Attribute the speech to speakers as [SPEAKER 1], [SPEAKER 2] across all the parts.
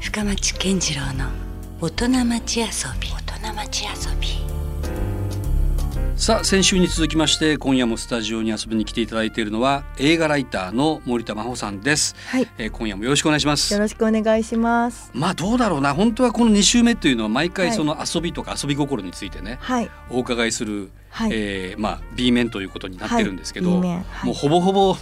[SPEAKER 1] 深町健次郎の大人町遊び大人町遊び
[SPEAKER 2] さあ先週に続きまして今夜もスタジオに遊びに来ていただいているのは映画ライターの森田真帆さんです、
[SPEAKER 3] はい
[SPEAKER 2] えー今夜もよろしくお願いします
[SPEAKER 3] よろしくお願いします。
[SPEAKER 2] まあどうだろうな本当はこの2週目というのは毎回
[SPEAKER 3] はい
[SPEAKER 2] その遊びとか遊び心についてね、
[SPEAKER 3] はい。
[SPEAKER 2] お伺いする、
[SPEAKER 3] はい
[SPEAKER 2] えーまあ B 面ということになってるんですけど、
[SPEAKER 3] はい B 面はい
[SPEAKER 2] もうほぼほぼ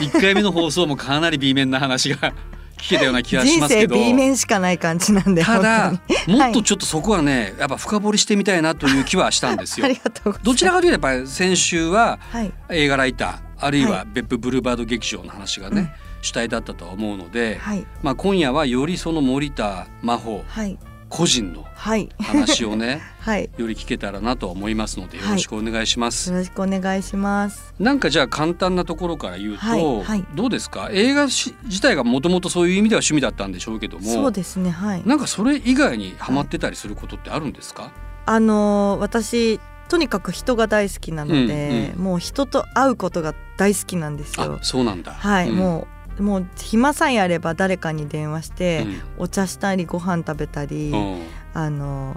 [SPEAKER 2] 1回目の放送もかなり B 面な話が 聞けたような気がし
[SPEAKER 3] 人
[SPEAKER 2] ますけ
[SPEAKER 3] 生
[SPEAKER 2] ど
[SPEAKER 3] B 面しかない感じなんで。
[SPEAKER 2] ただ
[SPEAKER 3] 本
[SPEAKER 2] もっとちょっとそこはねやっぱ深掘りしてみたいなという気はしたんです
[SPEAKER 3] 当にあ
[SPEAKER 2] よ
[SPEAKER 3] り。がとうございます。
[SPEAKER 2] どちらかというとやっぱり先週は
[SPEAKER 3] はい。
[SPEAKER 2] 映画ライターあるい
[SPEAKER 3] は
[SPEAKER 2] はい別府ブルーバード劇場の話がね、
[SPEAKER 3] うん
[SPEAKER 2] 主体だったとは思うので、
[SPEAKER 3] はい。
[SPEAKER 2] まあ、今夜はよりその森田真帆
[SPEAKER 3] はい。
[SPEAKER 2] 個人の
[SPEAKER 3] はい。
[SPEAKER 2] 話をね
[SPEAKER 3] はい。
[SPEAKER 2] より聞けたらなとは思いますのでよろしくお願いします。
[SPEAKER 3] よろしくお願いします。
[SPEAKER 2] なんかじゃあ簡単なところから言うと、
[SPEAKER 3] はいはい
[SPEAKER 2] どうですか映画し自体がもともとそういう意味では趣味だったんでしょうけど
[SPEAKER 3] そう
[SPEAKER 2] も
[SPEAKER 3] ですね。はい。
[SPEAKER 2] なんかそれ以外にハマってたりすることってあるんですか、
[SPEAKER 3] あのー私とにかく人が大好きなので、
[SPEAKER 2] う
[SPEAKER 3] もう人と会うことが大好きなんですよ
[SPEAKER 2] あ。そうなんだ。
[SPEAKER 3] はい。
[SPEAKER 2] うん
[SPEAKER 3] もうもう暇さえあれば誰かに電話して、
[SPEAKER 2] うん
[SPEAKER 3] お茶したりご飯食べたり。
[SPEAKER 2] うん
[SPEAKER 3] あの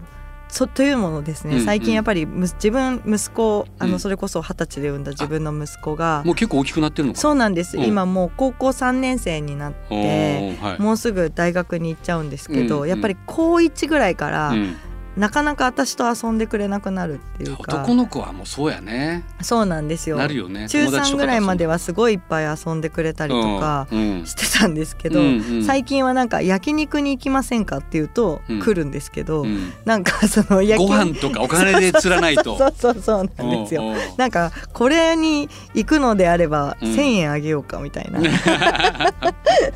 [SPEAKER 3] そというものですね、
[SPEAKER 2] うんうん
[SPEAKER 3] 最近やっぱりむ自分息子をあ
[SPEAKER 2] う
[SPEAKER 3] の
[SPEAKER 2] ん
[SPEAKER 3] それこそ二十歳で産んだ自分の息子が、
[SPEAKER 2] もう結構大きくなってるのか
[SPEAKER 3] そうなんです、
[SPEAKER 2] うん
[SPEAKER 3] 今もう高校3年生になっ
[SPEAKER 2] お
[SPEAKER 3] て、
[SPEAKER 2] ーはい
[SPEAKER 3] もうすぐ大学に行っちゃうんですけど、
[SPEAKER 2] うんうん
[SPEAKER 3] やっぱり高1ぐらいから、
[SPEAKER 2] うん
[SPEAKER 3] なかなか私と遊んでくれなくなるっていうか
[SPEAKER 2] 男の子はもうそうやね
[SPEAKER 3] そうなんですよ
[SPEAKER 2] なるよね
[SPEAKER 3] 中3ぐらいまで
[SPEAKER 2] は
[SPEAKER 3] はすごいいっぱい遊んでくれ
[SPEAKER 2] た
[SPEAKER 3] たりとかしてたんですけど、最近はなんか焼肉に行きませんかっていうと
[SPEAKER 2] うん
[SPEAKER 3] 来るんですけど、
[SPEAKER 2] 近
[SPEAKER 3] なんかその焼
[SPEAKER 2] ご
[SPEAKER 3] 肉
[SPEAKER 2] 飯とかお金で釣らないと
[SPEAKER 3] そうそうそうなんですよ。なんかこれに行くのであれば
[SPEAKER 2] うん
[SPEAKER 3] 1,000円あげようかみたい な、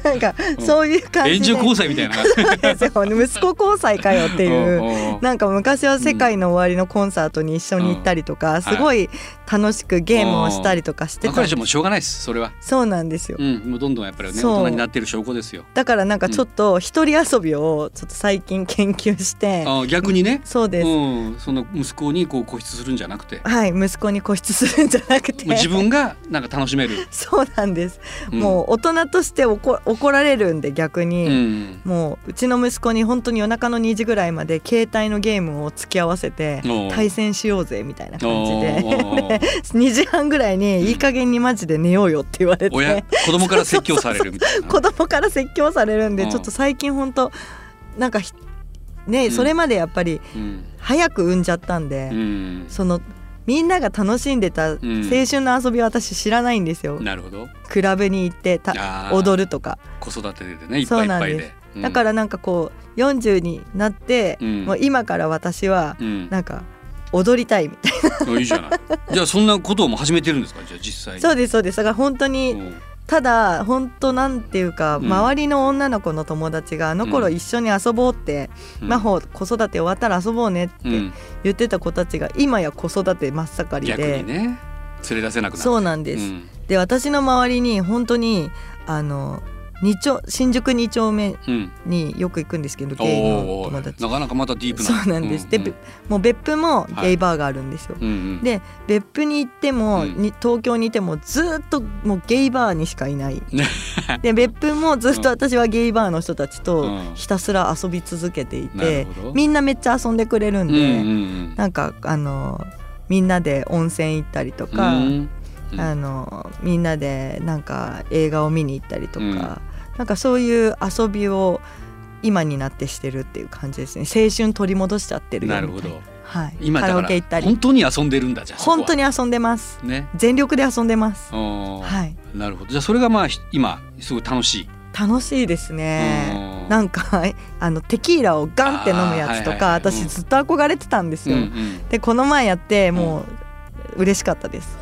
[SPEAKER 3] なんかそういう感
[SPEAKER 2] 援
[SPEAKER 3] じ
[SPEAKER 2] 助
[SPEAKER 3] で
[SPEAKER 2] 交際みたいな
[SPEAKER 3] そうですよね息子交際かよっていう。なんか昔は世界の終わりのコンサートに一緒に行ったりとか、すごい楽しくゲームをしたりとかしてたん
[SPEAKER 2] 彼
[SPEAKER 3] です
[SPEAKER 2] 女もうしょうがないですそれは
[SPEAKER 3] そうなんですよ
[SPEAKER 2] うんもうどんどんやっぱりね大
[SPEAKER 3] そう
[SPEAKER 2] 人になってる証拠ですよ
[SPEAKER 3] だからなんかちょっと一人遊びをちょっと最近研究して、
[SPEAKER 2] あー逆にね
[SPEAKER 3] そうです、
[SPEAKER 2] うんその息子にこう固執するんじゃな くても
[SPEAKER 3] はい息子に固執するんじゃなくて
[SPEAKER 2] う自分がなんか楽しめる
[SPEAKER 3] そうなんです
[SPEAKER 2] ん
[SPEAKER 3] もう大人として怒怒られるんで逆
[SPEAKER 2] う
[SPEAKER 3] に、
[SPEAKER 2] ん
[SPEAKER 3] もううちの息子に本当に夜中の2時ぐらいまで携帯のゲームを付き合わせて
[SPEAKER 2] おう
[SPEAKER 3] 対戦しようぜみたいな感じで
[SPEAKER 2] おー
[SPEAKER 3] で2時半ぐらいにいい加減にマジで寝ようよって言われて、
[SPEAKER 2] 親子供から説教されるみたいな
[SPEAKER 3] 子供から説教されるんで、
[SPEAKER 2] うん
[SPEAKER 3] ちょっと最近本当なんかひね、
[SPEAKER 2] ん
[SPEAKER 3] それまでやっぱり
[SPEAKER 2] うん
[SPEAKER 3] 早く産んじゃったんで、
[SPEAKER 2] うん
[SPEAKER 3] そのみんなが楽しんでた青
[SPEAKER 2] ん
[SPEAKER 3] 春の遊びは私知らないんですよ、
[SPEAKER 2] なるほど
[SPEAKER 3] クラブに行ってた
[SPEAKER 2] あー
[SPEAKER 3] 踊るとか
[SPEAKER 2] 子育てでねいっぱ
[SPEAKER 3] そ
[SPEAKER 2] いういっ
[SPEAKER 3] なん
[SPEAKER 2] ぱい
[SPEAKER 3] です
[SPEAKER 2] で、うん
[SPEAKER 3] だか、らなんかこう40になって、
[SPEAKER 2] うん
[SPEAKER 3] もう今から私は
[SPEAKER 2] うん、
[SPEAKER 3] なんか踊りたいみたい
[SPEAKER 2] あいいじゃない じゃあそんなことをもう始めてるんですかじゃあ実際
[SPEAKER 3] な
[SPEAKER 2] に
[SPEAKER 3] そうですそうですだから本当に、
[SPEAKER 2] うん
[SPEAKER 3] ただ本当なんていうか、
[SPEAKER 2] うん
[SPEAKER 3] 周りの女の子の友達があの頃一緒に遊ぼうって、
[SPEAKER 2] うん
[SPEAKER 3] 真帆子育て終わったら遊ぼうねって
[SPEAKER 2] うん
[SPEAKER 3] 言ってた子たちが今や子育て真っ盛り
[SPEAKER 2] 逆
[SPEAKER 3] で、
[SPEAKER 2] にね連れ出せなくなる
[SPEAKER 3] そううなんです、
[SPEAKER 2] ん
[SPEAKER 3] で私の周りに本当にあの二丁新宿2丁目
[SPEAKER 2] うん、
[SPEAKER 3] によく行くんですけど
[SPEAKER 2] お
[SPEAKER 3] ゲイの
[SPEAKER 2] ーお
[SPEAKER 3] 友
[SPEAKER 2] ー
[SPEAKER 3] 達
[SPEAKER 2] なかなかまたディープな
[SPEAKER 3] そうなんです、でべもう別府もゲイバーがあるんですよ、
[SPEAKER 2] うんうん、
[SPEAKER 3] で別府に行っても、
[SPEAKER 2] うん
[SPEAKER 3] に東京にいてもずーっともうゲイバーにしかいない で別府もずっと私はゲイバーの人たちと
[SPEAKER 2] うん
[SPEAKER 3] ひたすら遊び続けてい
[SPEAKER 2] なる
[SPEAKER 3] て、
[SPEAKER 2] ほど
[SPEAKER 3] みんなめっちゃ遊んでくれるんで、
[SPEAKER 2] うんうん
[SPEAKER 3] なんかあのみんなで温泉行ったりと
[SPEAKER 2] うん、
[SPEAKER 3] か、
[SPEAKER 2] うん
[SPEAKER 3] あのみんなでなんか映画を見に行ったりとか、なんかそういう遊びを今になってしてるっていう感じですね青春取り戻しちゃってるよ
[SPEAKER 2] なるほ
[SPEAKER 3] みたい
[SPEAKER 2] ど
[SPEAKER 3] なはい、
[SPEAKER 2] 今
[SPEAKER 3] カ
[SPEAKER 2] だ
[SPEAKER 3] ラ
[SPEAKER 2] か
[SPEAKER 3] オケ行った
[SPEAKER 2] ら
[SPEAKER 3] り
[SPEAKER 2] 本当に遊んでるんだじゃあそこは
[SPEAKER 3] 本当に遊んでます
[SPEAKER 2] ね
[SPEAKER 3] 全力で遊んでます
[SPEAKER 2] おー
[SPEAKER 3] はい
[SPEAKER 2] なるほどじゃあそれがまあひ今すごい楽しい、
[SPEAKER 3] 楽しいですね
[SPEAKER 2] うん
[SPEAKER 3] なんか あのテキーラをガンって飲むやつとか、
[SPEAKER 2] あーはいはいはいう
[SPEAKER 3] 私
[SPEAKER 2] ん
[SPEAKER 3] ずっと憧れてたんです
[SPEAKER 2] うん
[SPEAKER 3] よ、
[SPEAKER 2] うん、
[SPEAKER 3] でこの前やってもう嬉しかったです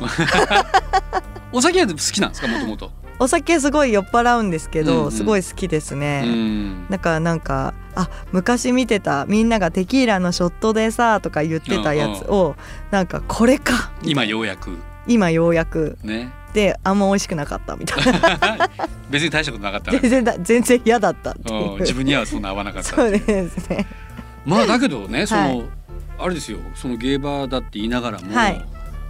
[SPEAKER 2] お酒は好きなんですかもともと
[SPEAKER 3] お酒すごい酔っ払うんですけど、
[SPEAKER 2] うんうん
[SPEAKER 3] すごい好きですね、
[SPEAKER 2] うん
[SPEAKER 3] だからなんかあ昔見てたみんながテキーラのショットでさとか言ってたやつをなんかこれか
[SPEAKER 2] 今ようやく
[SPEAKER 3] 今ようやく
[SPEAKER 2] ね
[SPEAKER 3] であんま美味しくなかったみたい な
[SPEAKER 2] 別に大したことなかったら
[SPEAKER 3] 全然だ全然嫌だったって
[SPEAKER 2] うん
[SPEAKER 3] い
[SPEAKER 2] 自
[SPEAKER 3] う
[SPEAKER 2] 分にはそんな合わなかったって
[SPEAKER 3] そ
[SPEAKER 2] いうう
[SPEAKER 3] ですね
[SPEAKER 2] まあだけどねその、
[SPEAKER 3] はい
[SPEAKER 2] あれですよそのゲーバーだって言いながらも、
[SPEAKER 3] はい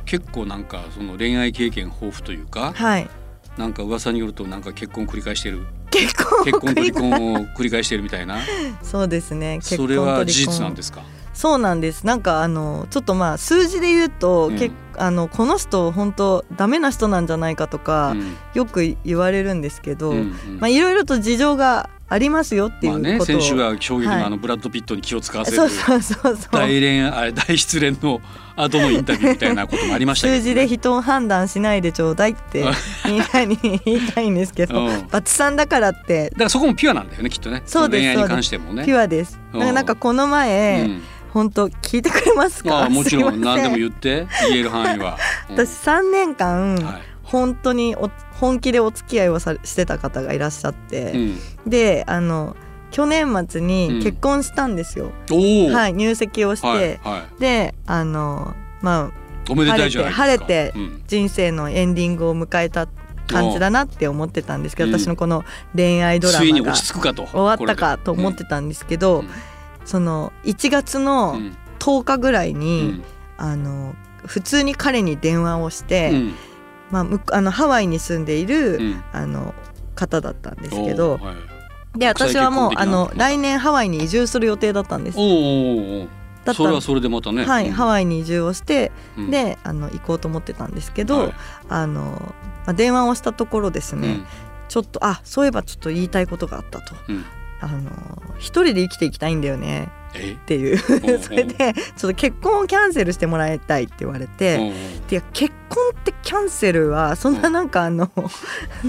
[SPEAKER 2] 結構なんかその恋愛経験豊富というか
[SPEAKER 3] はい
[SPEAKER 2] なんか噂によるとなんか結婚繰り返してる
[SPEAKER 3] 結婚を
[SPEAKER 2] 結婚と
[SPEAKER 3] 繰り
[SPEAKER 2] 離婚
[SPEAKER 3] 返
[SPEAKER 2] を繰り返しているみたいな
[SPEAKER 3] そうですね
[SPEAKER 2] そ
[SPEAKER 3] 結婚と
[SPEAKER 2] れ
[SPEAKER 3] 離
[SPEAKER 2] は
[SPEAKER 3] 婚
[SPEAKER 2] 事実なんですか
[SPEAKER 3] そうなんですなんかあのちょっとまあ数字で言うと、
[SPEAKER 2] うん
[SPEAKER 3] けあのこの人本当ダメな人なんじゃないかとか、
[SPEAKER 2] うん
[SPEAKER 3] よく言われるんですけど、
[SPEAKER 2] うんうん
[SPEAKER 3] まあいろいろと事情がありますよっていう
[SPEAKER 2] ま
[SPEAKER 3] こ
[SPEAKER 2] あ
[SPEAKER 3] とを、
[SPEAKER 2] ね先週は衝撃
[SPEAKER 3] はい
[SPEAKER 2] のあのブラッド・ピットに気を使わせる
[SPEAKER 3] そうそうそう そう
[SPEAKER 2] 大連あれ大失恋の後のインタビューみたいなこともありましたけど、
[SPEAKER 3] 数
[SPEAKER 2] ね、
[SPEAKER 3] 字で人を判断しないでちょうだいって
[SPEAKER 2] あ
[SPEAKER 3] みんなに言いたいんです けど、
[SPEAKER 2] うん
[SPEAKER 3] バツさんだからって
[SPEAKER 2] だからそこもピュアなんだよねきっとね
[SPEAKER 3] そうです
[SPEAKER 2] の恋愛に関してもね
[SPEAKER 3] ピュアです。
[SPEAKER 2] う
[SPEAKER 3] だ
[SPEAKER 2] ん
[SPEAKER 3] からなんかこの前、
[SPEAKER 2] うん
[SPEAKER 3] 本当聞いてくれます
[SPEAKER 2] ま
[SPEAKER 3] か？
[SPEAKER 2] あもちろん
[SPEAKER 3] すいま
[SPEAKER 2] 何
[SPEAKER 3] せ
[SPEAKER 2] でも言って言える範囲は、うん
[SPEAKER 3] 私三年間、
[SPEAKER 2] はい
[SPEAKER 3] 本当にお本気でお付き合いをさしてた方がいらっしゃって、であの去年末
[SPEAKER 2] うん
[SPEAKER 3] に結婚したんですよ。
[SPEAKER 2] うん、おお、
[SPEAKER 3] はい入籍をして、
[SPEAKER 2] はいはい
[SPEAKER 3] であのまあ
[SPEAKER 2] おめでたいじゃないですか
[SPEAKER 3] 晴れて晴れて
[SPEAKER 2] うん
[SPEAKER 3] 人生のエンディングを迎えた感じだなって思ってたんですけど、
[SPEAKER 2] うん
[SPEAKER 3] 私のこの恋愛ドラ
[SPEAKER 2] ついに
[SPEAKER 3] マが
[SPEAKER 2] 落ち着くかと
[SPEAKER 3] 終わったかと思ってたんですけど、
[SPEAKER 2] うん
[SPEAKER 3] その1
[SPEAKER 2] こ
[SPEAKER 3] 月
[SPEAKER 2] れ
[SPEAKER 3] の
[SPEAKER 2] で
[SPEAKER 3] 10日ぐらいうに、
[SPEAKER 2] ん
[SPEAKER 3] あの普通に彼に電話をし
[SPEAKER 2] う
[SPEAKER 3] て、
[SPEAKER 2] んうん
[SPEAKER 3] まあむ、あのハワイに住んでいる、
[SPEAKER 2] うん
[SPEAKER 3] あの方だったんです
[SPEAKER 2] お
[SPEAKER 3] け
[SPEAKER 2] ー
[SPEAKER 3] ど
[SPEAKER 2] はい
[SPEAKER 3] で
[SPEAKER 2] 国際
[SPEAKER 3] 私はもう
[SPEAKER 2] 結婚的な
[SPEAKER 3] あの
[SPEAKER 2] また
[SPEAKER 3] 来年ハワイに移住する予定だったんです。
[SPEAKER 2] おーおーおー
[SPEAKER 3] だった
[SPEAKER 2] それ
[SPEAKER 3] ん
[SPEAKER 2] はそれでまたね、
[SPEAKER 3] はい、ハ
[SPEAKER 2] ワ
[SPEAKER 3] ワイに移住をして、
[SPEAKER 2] イ
[SPEAKER 3] であの行こうと思ってたんですけど、
[SPEAKER 2] はい
[SPEAKER 3] あのまあ電話をしたところですね、ちょっとあそういえばちょっと言いたいことがあったと
[SPEAKER 2] うんうん
[SPEAKER 3] あの一人で生きていきたいんだよね
[SPEAKER 2] え
[SPEAKER 3] っていう
[SPEAKER 2] おう
[SPEAKER 3] それでちょっと結婚をキャンセルしてもらいたいって言われ
[SPEAKER 2] お
[SPEAKER 3] て。
[SPEAKER 2] ーおー
[SPEAKER 3] てか結婚ってキャンセルはそんななんかあの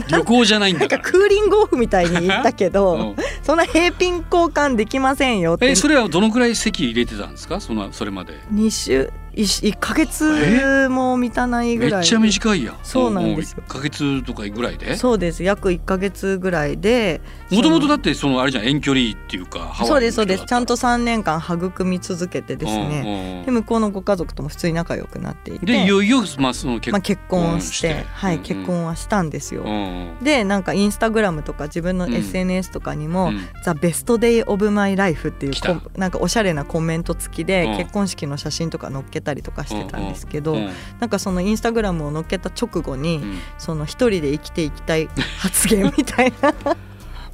[SPEAKER 2] 旅行じゃないん
[SPEAKER 3] な
[SPEAKER 2] だ
[SPEAKER 3] ん
[SPEAKER 2] か
[SPEAKER 3] からクーリングオフみたいに言ったけど、
[SPEAKER 2] うん
[SPEAKER 3] そんな平品交換できませんよって
[SPEAKER 2] えそれはどのくらい席入れてたんですかそのそれまで
[SPEAKER 3] 2週 1, ヶ月も満たないぐ
[SPEAKER 2] め
[SPEAKER 3] らい
[SPEAKER 2] っちゃ短いやん
[SPEAKER 3] そうなんですよ
[SPEAKER 2] もう一ヶ月とかぐらいで
[SPEAKER 3] そうです約1ヶ月ぐらいで
[SPEAKER 2] もともとだ
[SPEAKER 3] っ
[SPEAKER 2] ってそのあれじゃん遠距離っていうかハ
[SPEAKER 3] そう
[SPEAKER 2] ワイ
[SPEAKER 3] で
[SPEAKER 2] の
[SPEAKER 3] すそ
[SPEAKER 2] 人
[SPEAKER 3] う
[SPEAKER 2] だ
[SPEAKER 3] で
[SPEAKER 2] った
[SPEAKER 3] す
[SPEAKER 2] ら
[SPEAKER 3] ちゃんと3年間育み続けてですね
[SPEAKER 2] ね
[SPEAKER 3] で向こうのご家族とも普通に仲良くなっていて
[SPEAKER 2] でいよいよまあその結
[SPEAKER 3] まあ、結婚をして
[SPEAKER 2] うんして
[SPEAKER 3] はい、
[SPEAKER 2] うんうん
[SPEAKER 3] 結婚はしたんですよ、
[SPEAKER 2] うん
[SPEAKER 3] でなんかインスタグラムとか自分の
[SPEAKER 2] うん
[SPEAKER 3] SNS とかにも
[SPEAKER 2] う
[SPEAKER 3] 「
[SPEAKER 2] ん
[SPEAKER 3] The Best Day of My Life」っていう
[SPEAKER 2] 来た
[SPEAKER 3] こんなんかおしゃれなコメント付きで
[SPEAKER 2] うん
[SPEAKER 3] 結婚式の写真とか載っけたりとかしてたんですけど、
[SPEAKER 2] うん
[SPEAKER 3] なんかそのインスタグラムを載っけた直後に、
[SPEAKER 2] うん
[SPEAKER 3] その一人で生きていきたい発言みたい な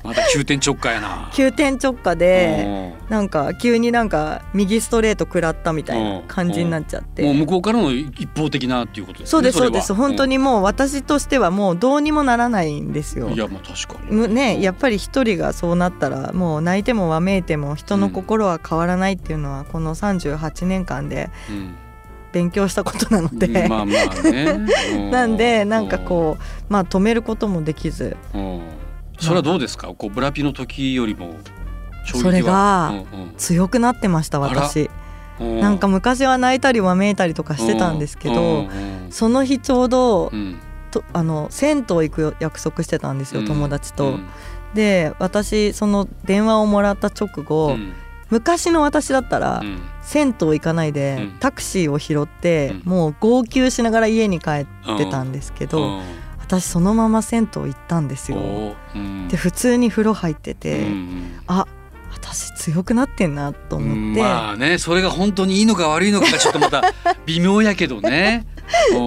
[SPEAKER 2] また急転直下やな
[SPEAKER 3] 急転直下でなんか急になんか右ストレート食らったみたいな感じになっちゃっ
[SPEAKER 2] うんもう
[SPEAKER 3] て。
[SPEAKER 2] 向こうからの一方的なっていうことですね
[SPEAKER 3] そうです
[SPEAKER 2] れ
[SPEAKER 3] そ
[SPEAKER 2] は
[SPEAKER 3] うです本当にもう私としてはもうどうにもならないんですよ
[SPEAKER 2] うんい。やまあ確かに
[SPEAKER 3] むねやっぱり一人がそうなったらもう泣いてもわめいても人の心は変わらないっていうのはこの38年間で
[SPEAKER 2] うん
[SPEAKER 3] 勉強したことなので、
[SPEAKER 2] まあまあねう
[SPEAKER 3] なんでなんかこうまあ止めることもできず
[SPEAKER 2] うんそれはどうですかこうブラピの時よりも衝撃は
[SPEAKER 3] それが
[SPEAKER 2] うん
[SPEAKER 3] 強くなってました
[SPEAKER 2] あら
[SPEAKER 3] 私
[SPEAKER 2] うん
[SPEAKER 3] なんか昔は泣いたりわめいたりとかしてたんですけ
[SPEAKER 2] うん
[SPEAKER 3] ど
[SPEAKER 2] うん
[SPEAKER 3] その日ちょうど
[SPEAKER 2] うん
[SPEAKER 3] とあの銭湯行く約束してたんですよ友達
[SPEAKER 2] う
[SPEAKER 3] と
[SPEAKER 2] ん。
[SPEAKER 3] で私その電話をもらった直
[SPEAKER 2] う
[SPEAKER 3] 後
[SPEAKER 2] ん
[SPEAKER 3] 昔の私だったら
[SPEAKER 2] うん
[SPEAKER 3] 銭湯行かないで、
[SPEAKER 2] うん
[SPEAKER 3] タクシーを拾って、
[SPEAKER 2] うん
[SPEAKER 3] もう号泣しながら家に帰ってたんですけど、
[SPEAKER 2] うん
[SPEAKER 3] 私そのまま銭湯行ったんですよ。
[SPEAKER 2] おーうん
[SPEAKER 3] で普通に風呂入って
[SPEAKER 2] う
[SPEAKER 3] て、
[SPEAKER 2] ん
[SPEAKER 3] あ私強くなってんなと思って、
[SPEAKER 2] まあねそれが本当にいいのか悪いのかがちょっと また微妙やけどね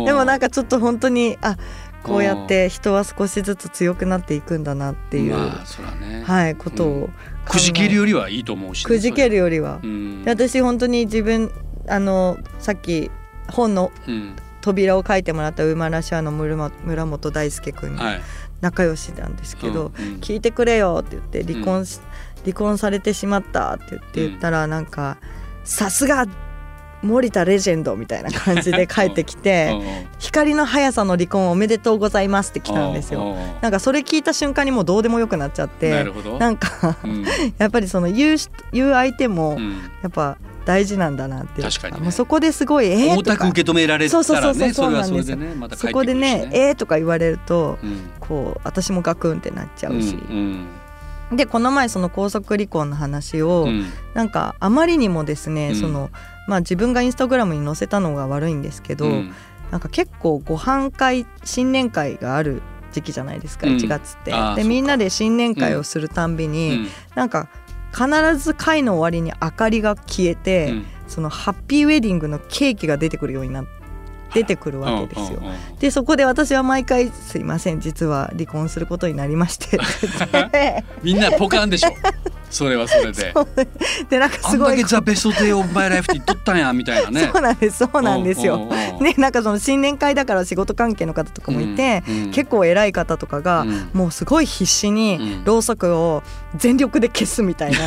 [SPEAKER 3] でもなん
[SPEAKER 2] か
[SPEAKER 3] かちょっと本当にあこうやって人は少しずつ強くなっていくんだなっていう、
[SPEAKER 2] まあそらね
[SPEAKER 3] はい、ことを
[SPEAKER 2] う
[SPEAKER 3] 考え
[SPEAKER 2] くじけるよりはいいと思うしね
[SPEAKER 3] くじけるよりは
[SPEAKER 2] そ。れうん
[SPEAKER 3] で私本当に自分あのさっき本の
[SPEAKER 2] うん
[SPEAKER 3] 扉を書いてもらったウーマンラシアの村本村本大輔君に
[SPEAKER 2] はい
[SPEAKER 3] 仲良しなんですけど
[SPEAKER 2] うんうん
[SPEAKER 3] 「聞いてくれよ」って言って離婚し、離婚されてしまったって言って言ったらなんか「さすが森田レジェンド」みたいな感じで帰って き
[SPEAKER 2] う
[SPEAKER 3] て
[SPEAKER 2] ん
[SPEAKER 3] 「光の速さの離婚おめでとうございます」って来たんです
[SPEAKER 2] う
[SPEAKER 3] よ。
[SPEAKER 2] う
[SPEAKER 3] なんかそれ聞いた瞬間にもうどうでもよくなっちゃっ
[SPEAKER 2] な
[SPEAKER 3] て
[SPEAKER 2] るほど
[SPEAKER 3] なんか
[SPEAKER 2] うん
[SPEAKER 3] やっぱりその言う人言う相手も
[SPEAKER 2] うん
[SPEAKER 3] やっぱ大事なんだなっていう
[SPEAKER 2] 確かにね
[SPEAKER 3] もうそこですごい「えー」
[SPEAKER 2] 重
[SPEAKER 3] と
[SPEAKER 2] たく
[SPEAKER 3] か
[SPEAKER 2] 受け止められた
[SPEAKER 3] そうそうそ
[SPEAKER 2] ら
[SPEAKER 3] うそ
[SPEAKER 2] ね
[SPEAKER 3] う
[SPEAKER 2] それはそ
[SPEAKER 3] そ
[SPEAKER 2] れ
[SPEAKER 3] うなんです
[SPEAKER 2] で
[SPEAKER 3] よ
[SPEAKER 2] ねまた帰
[SPEAKER 3] そ
[SPEAKER 2] って
[SPEAKER 3] こ
[SPEAKER 2] く
[SPEAKER 3] で
[SPEAKER 2] るし
[SPEAKER 3] ね「えー」とか言われると
[SPEAKER 2] うん
[SPEAKER 3] こう私もガクンってなっちゃうし、
[SPEAKER 2] うん
[SPEAKER 3] でこの前その高速離婚の話を、
[SPEAKER 2] うんうん
[SPEAKER 3] なんかあまりにもですね、
[SPEAKER 2] うん
[SPEAKER 3] そのまあ、自分がインスタグラムに載せたのが悪いんですけど、
[SPEAKER 2] うん
[SPEAKER 3] なんか結構ご飯会新年会がある時期じゃないですか、
[SPEAKER 2] うん
[SPEAKER 3] 1月って
[SPEAKER 2] あー。そう
[SPEAKER 3] で
[SPEAKER 2] か
[SPEAKER 3] みんなで新年会をするたんび
[SPEAKER 2] う
[SPEAKER 3] に、
[SPEAKER 2] ん
[SPEAKER 3] なんか必ず会の終わりに明かりが消えて、
[SPEAKER 2] うん
[SPEAKER 3] そのハッピーウェディングのケーキが出てくるようになっ出てくるわけですよ
[SPEAKER 2] うん。うんうん
[SPEAKER 3] でそこで私は毎回「すいません実は離婚することになりま して」って
[SPEAKER 2] みんなポカンで しょそれはそれで
[SPEAKER 3] そう言ってでなんか
[SPEAKER 2] あ
[SPEAKER 3] す
[SPEAKER 2] ん
[SPEAKER 3] ご
[SPEAKER 2] だ
[SPEAKER 3] い
[SPEAKER 2] けザ・ベスト・デイ・オブ・マイ・ライフって言っとったんやみたいなね
[SPEAKER 3] そうなんです そうなんです
[SPEAKER 2] う
[SPEAKER 3] よ。
[SPEAKER 2] んうんうん
[SPEAKER 3] ねなんかその新年会だから仕事関係の方とかもいて、
[SPEAKER 2] うんうん
[SPEAKER 3] 結構偉い方とかが、
[SPEAKER 2] うん
[SPEAKER 3] もうすごい必死
[SPEAKER 2] うん
[SPEAKER 3] にろうそくを全力で消すみた いな、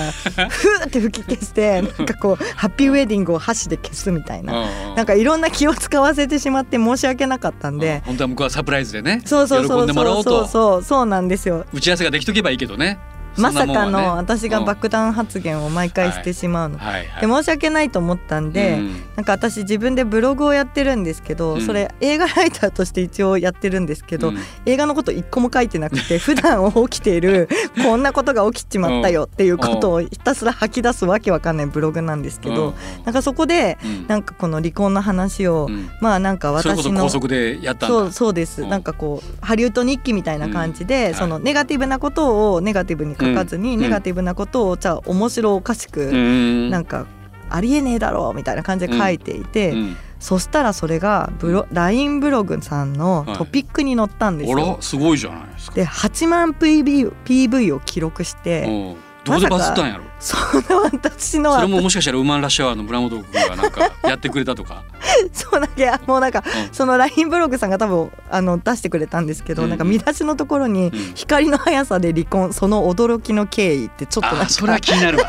[SPEAKER 3] ふーって吹き消してなんかこうハッピーウェディングを箸で消すみたいな、
[SPEAKER 2] うう
[SPEAKER 3] なんかいろんな気を使わせてしまって申し訳なかったん
[SPEAKER 2] うん
[SPEAKER 3] で、
[SPEAKER 2] 本当は向こうはサプライズでね
[SPEAKER 3] そうそうそ
[SPEAKER 2] 喜ん
[SPEAKER 3] う
[SPEAKER 2] でもらお
[SPEAKER 3] そう
[SPEAKER 2] う
[SPEAKER 3] そう
[SPEAKER 2] と
[SPEAKER 3] そうそうなんですよ。
[SPEAKER 2] 打ち合わせができとけばいいけどね
[SPEAKER 3] まさか
[SPEAKER 2] そんなもん
[SPEAKER 3] の
[SPEAKER 2] はね
[SPEAKER 3] 私が
[SPEAKER 2] うん
[SPEAKER 3] 爆弾発言を毎回してしまうの、
[SPEAKER 2] はいはい
[SPEAKER 3] で申し訳ないと思ったんで、
[SPEAKER 2] うん
[SPEAKER 3] なんか私自分でブログをやってるんですけど、
[SPEAKER 2] うん
[SPEAKER 3] それ映画ライターとして一応やってるんですけど、
[SPEAKER 2] うん
[SPEAKER 3] 映画のこと一個も書いてなくて普段起きているこんなことが起きちまったよっていうことをひたすら吐き出すわけわかんないブログなんですけど、なんかそこで
[SPEAKER 2] うんうん
[SPEAKER 3] なんかこの離婚の話を、
[SPEAKER 2] うん
[SPEAKER 3] まあなんか
[SPEAKER 2] それこ
[SPEAKER 3] 私
[SPEAKER 2] そ
[SPEAKER 3] の
[SPEAKER 2] 高速でやったんだ
[SPEAKER 3] そうそうです、
[SPEAKER 2] うん
[SPEAKER 3] なんかこうハリウッド日記みたいな感じで、
[SPEAKER 2] うん
[SPEAKER 3] そのネガティブなことをネガティブに書かずに、
[SPEAKER 2] うん
[SPEAKER 3] ネガティブなことをじゃあ面白おかし
[SPEAKER 2] う
[SPEAKER 3] く、
[SPEAKER 2] ん
[SPEAKER 3] なんかありえねえだろうみたいな感じで書いていて、
[SPEAKER 2] うん
[SPEAKER 3] そしたらそれがブロ LINE ブログさんの
[SPEAKER 2] はい
[SPEAKER 3] トピックに載ったんです
[SPEAKER 2] あら
[SPEAKER 3] よ。
[SPEAKER 2] すごいじゃないですか
[SPEAKER 3] で8万 PV, を PV を記録して、
[SPEAKER 2] うんどこでバズったんやろ
[SPEAKER 3] その私の
[SPEAKER 2] それ
[SPEAKER 3] は
[SPEAKER 2] ももしかしたらウーマンラッシュアワーの村本君がなんかやってくれたとか
[SPEAKER 3] そうだけもうなんか、
[SPEAKER 2] うん
[SPEAKER 3] その LINE ブログさんが多分あの出してくれたんですけど、
[SPEAKER 2] うん
[SPEAKER 3] なんか見出しのところに
[SPEAKER 2] うん
[SPEAKER 3] 「光の速さで離婚その驚きの経緯」ってちょっとな
[SPEAKER 2] あ
[SPEAKER 3] ん
[SPEAKER 2] ーそれは
[SPEAKER 3] か
[SPEAKER 2] 気になる わ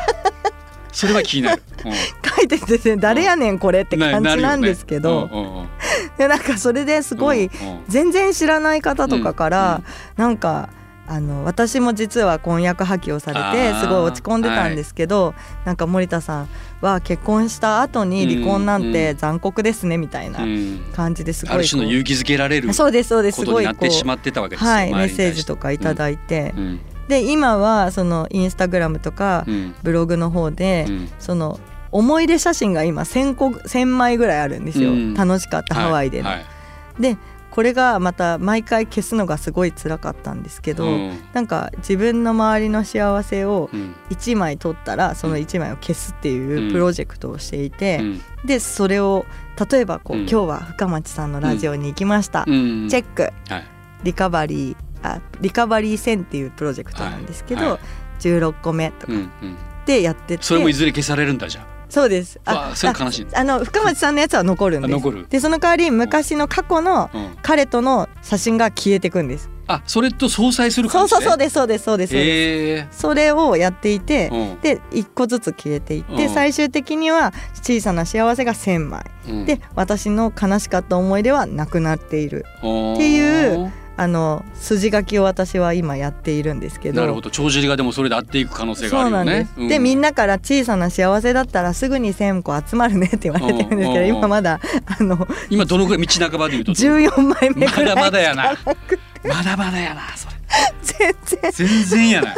[SPEAKER 2] それは気になる、うん
[SPEAKER 3] 書いててですね「誰やねんこれ」って感じなんですけど
[SPEAKER 2] うんうんうん
[SPEAKER 3] でなんかそれですごい
[SPEAKER 2] うんうん
[SPEAKER 3] 全然知らない方とかから
[SPEAKER 2] う
[SPEAKER 3] なんかあの私も実は婚約破棄をされ
[SPEAKER 2] あー
[SPEAKER 3] てすごい落ち込んでたんですけど、なんか森田さんは結婚した後に離婚なんて残酷ですねみたいな
[SPEAKER 2] うん
[SPEAKER 3] 感じですごいこ
[SPEAKER 2] あ
[SPEAKER 3] う
[SPEAKER 2] る種の勇気づけられる
[SPEAKER 3] そうですそうです
[SPEAKER 2] こ
[SPEAKER 3] す
[SPEAKER 2] と
[SPEAKER 3] ご
[SPEAKER 2] に
[SPEAKER 3] い
[SPEAKER 2] な
[SPEAKER 3] こ
[SPEAKER 2] ってし
[SPEAKER 3] う
[SPEAKER 2] まってたわけですよ
[SPEAKER 3] はい
[SPEAKER 2] 周
[SPEAKER 3] メッ
[SPEAKER 2] りに対
[SPEAKER 3] セー
[SPEAKER 2] して
[SPEAKER 3] ジとかいただいて
[SPEAKER 2] う、ん
[SPEAKER 3] で今はそのインスタグラムとか
[SPEAKER 2] うん
[SPEAKER 3] ブログの方で、
[SPEAKER 2] うん
[SPEAKER 3] その思い出写真が今1,000個1,000枚ぐらいあるんですよ、
[SPEAKER 2] うん
[SPEAKER 3] 楽しかったハワイでの、
[SPEAKER 2] はいはい
[SPEAKER 3] でこれがまた毎回消すのがすごい辛かったんですけど、
[SPEAKER 2] うん
[SPEAKER 3] なんか自分の周りの幸せを
[SPEAKER 2] うん
[SPEAKER 3] 1枚取ったらその1枚を消すっていうプロジェクトをしていて、
[SPEAKER 2] うん
[SPEAKER 3] でそれを例えばこう、
[SPEAKER 2] うん
[SPEAKER 3] 今日は深町さんのラジオに行きました、
[SPEAKER 2] うん
[SPEAKER 3] チェック
[SPEAKER 2] はい
[SPEAKER 3] リカバリーあリカバリー1000っていうプロジェクトなんですけど、
[SPEAKER 2] はいは
[SPEAKER 3] 16個目と
[SPEAKER 2] う
[SPEAKER 3] か
[SPEAKER 2] んうん
[SPEAKER 3] でやってて、
[SPEAKER 2] それもいずれ消されるんだじゃん
[SPEAKER 3] そうです
[SPEAKER 2] わあそれ悲しい
[SPEAKER 3] あの深町さんのやつは残るんです
[SPEAKER 2] あ残る
[SPEAKER 3] でその代わり昔の過去の
[SPEAKER 2] うん
[SPEAKER 3] 彼との写真が消えていくんです
[SPEAKER 2] あそれと相殺する
[SPEAKER 3] そ
[SPEAKER 2] 感
[SPEAKER 3] う
[SPEAKER 2] じ
[SPEAKER 3] そうそう
[SPEAKER 2] で
[SPEAKER 3] ですそうですそうです、そうです
[SPEAKER 2] へえ
[SPEAKER 3] それをやっていて、
[SPEAKER 2] うん
[SPEAKER 3] で一個ずつ消えていっ
[SPEAKER 2] う
[SPEAKER 3] て、
[SPEAKER 2] ん
[SPEAKER 3] 最終的には小さな幸せが1,000枚、
[SPEAKER 2] うん
[SPEAKER 3] で私の悲しかった思い出はなくなっている
[SPEAKER 2] って
[SPEAKER 3] いうあの筋書きを私は今やっているんですけど
[SPEAKER 2] なるほど帳尻がでもそれで合っていく可能性があ
[SPEAKER 3] そう
[SPEAKER 2] る
[SPEAKER 3] な
[SPEAKER 2] よ
[SPEAKER 3] んで
[SPEAKER 2] ね
[SPEAKER 3] す、でみんなから小さな幸せだったらすぐに1,000個集まるねって言われてるんですけ
[SPEAKER 2] うんうんう
[SPEAKER 3] ど
[SPEAKER 2] ん
[SPEAKER 3] 今まだあの
[SPEAKER 2] 今どのぐらい道半ばで言うと
[SPEAKER 3] 14枚目
[SPEAKER 2] ま
[SPEAKER 3] ぐら
[SPEAKER 2] だ
[SPEAKER 3] い
[SPEAKER 2] まだやなまだまだやなそれ
[SPEAKER 3] 全然
[SPEAKER 2] 全然やない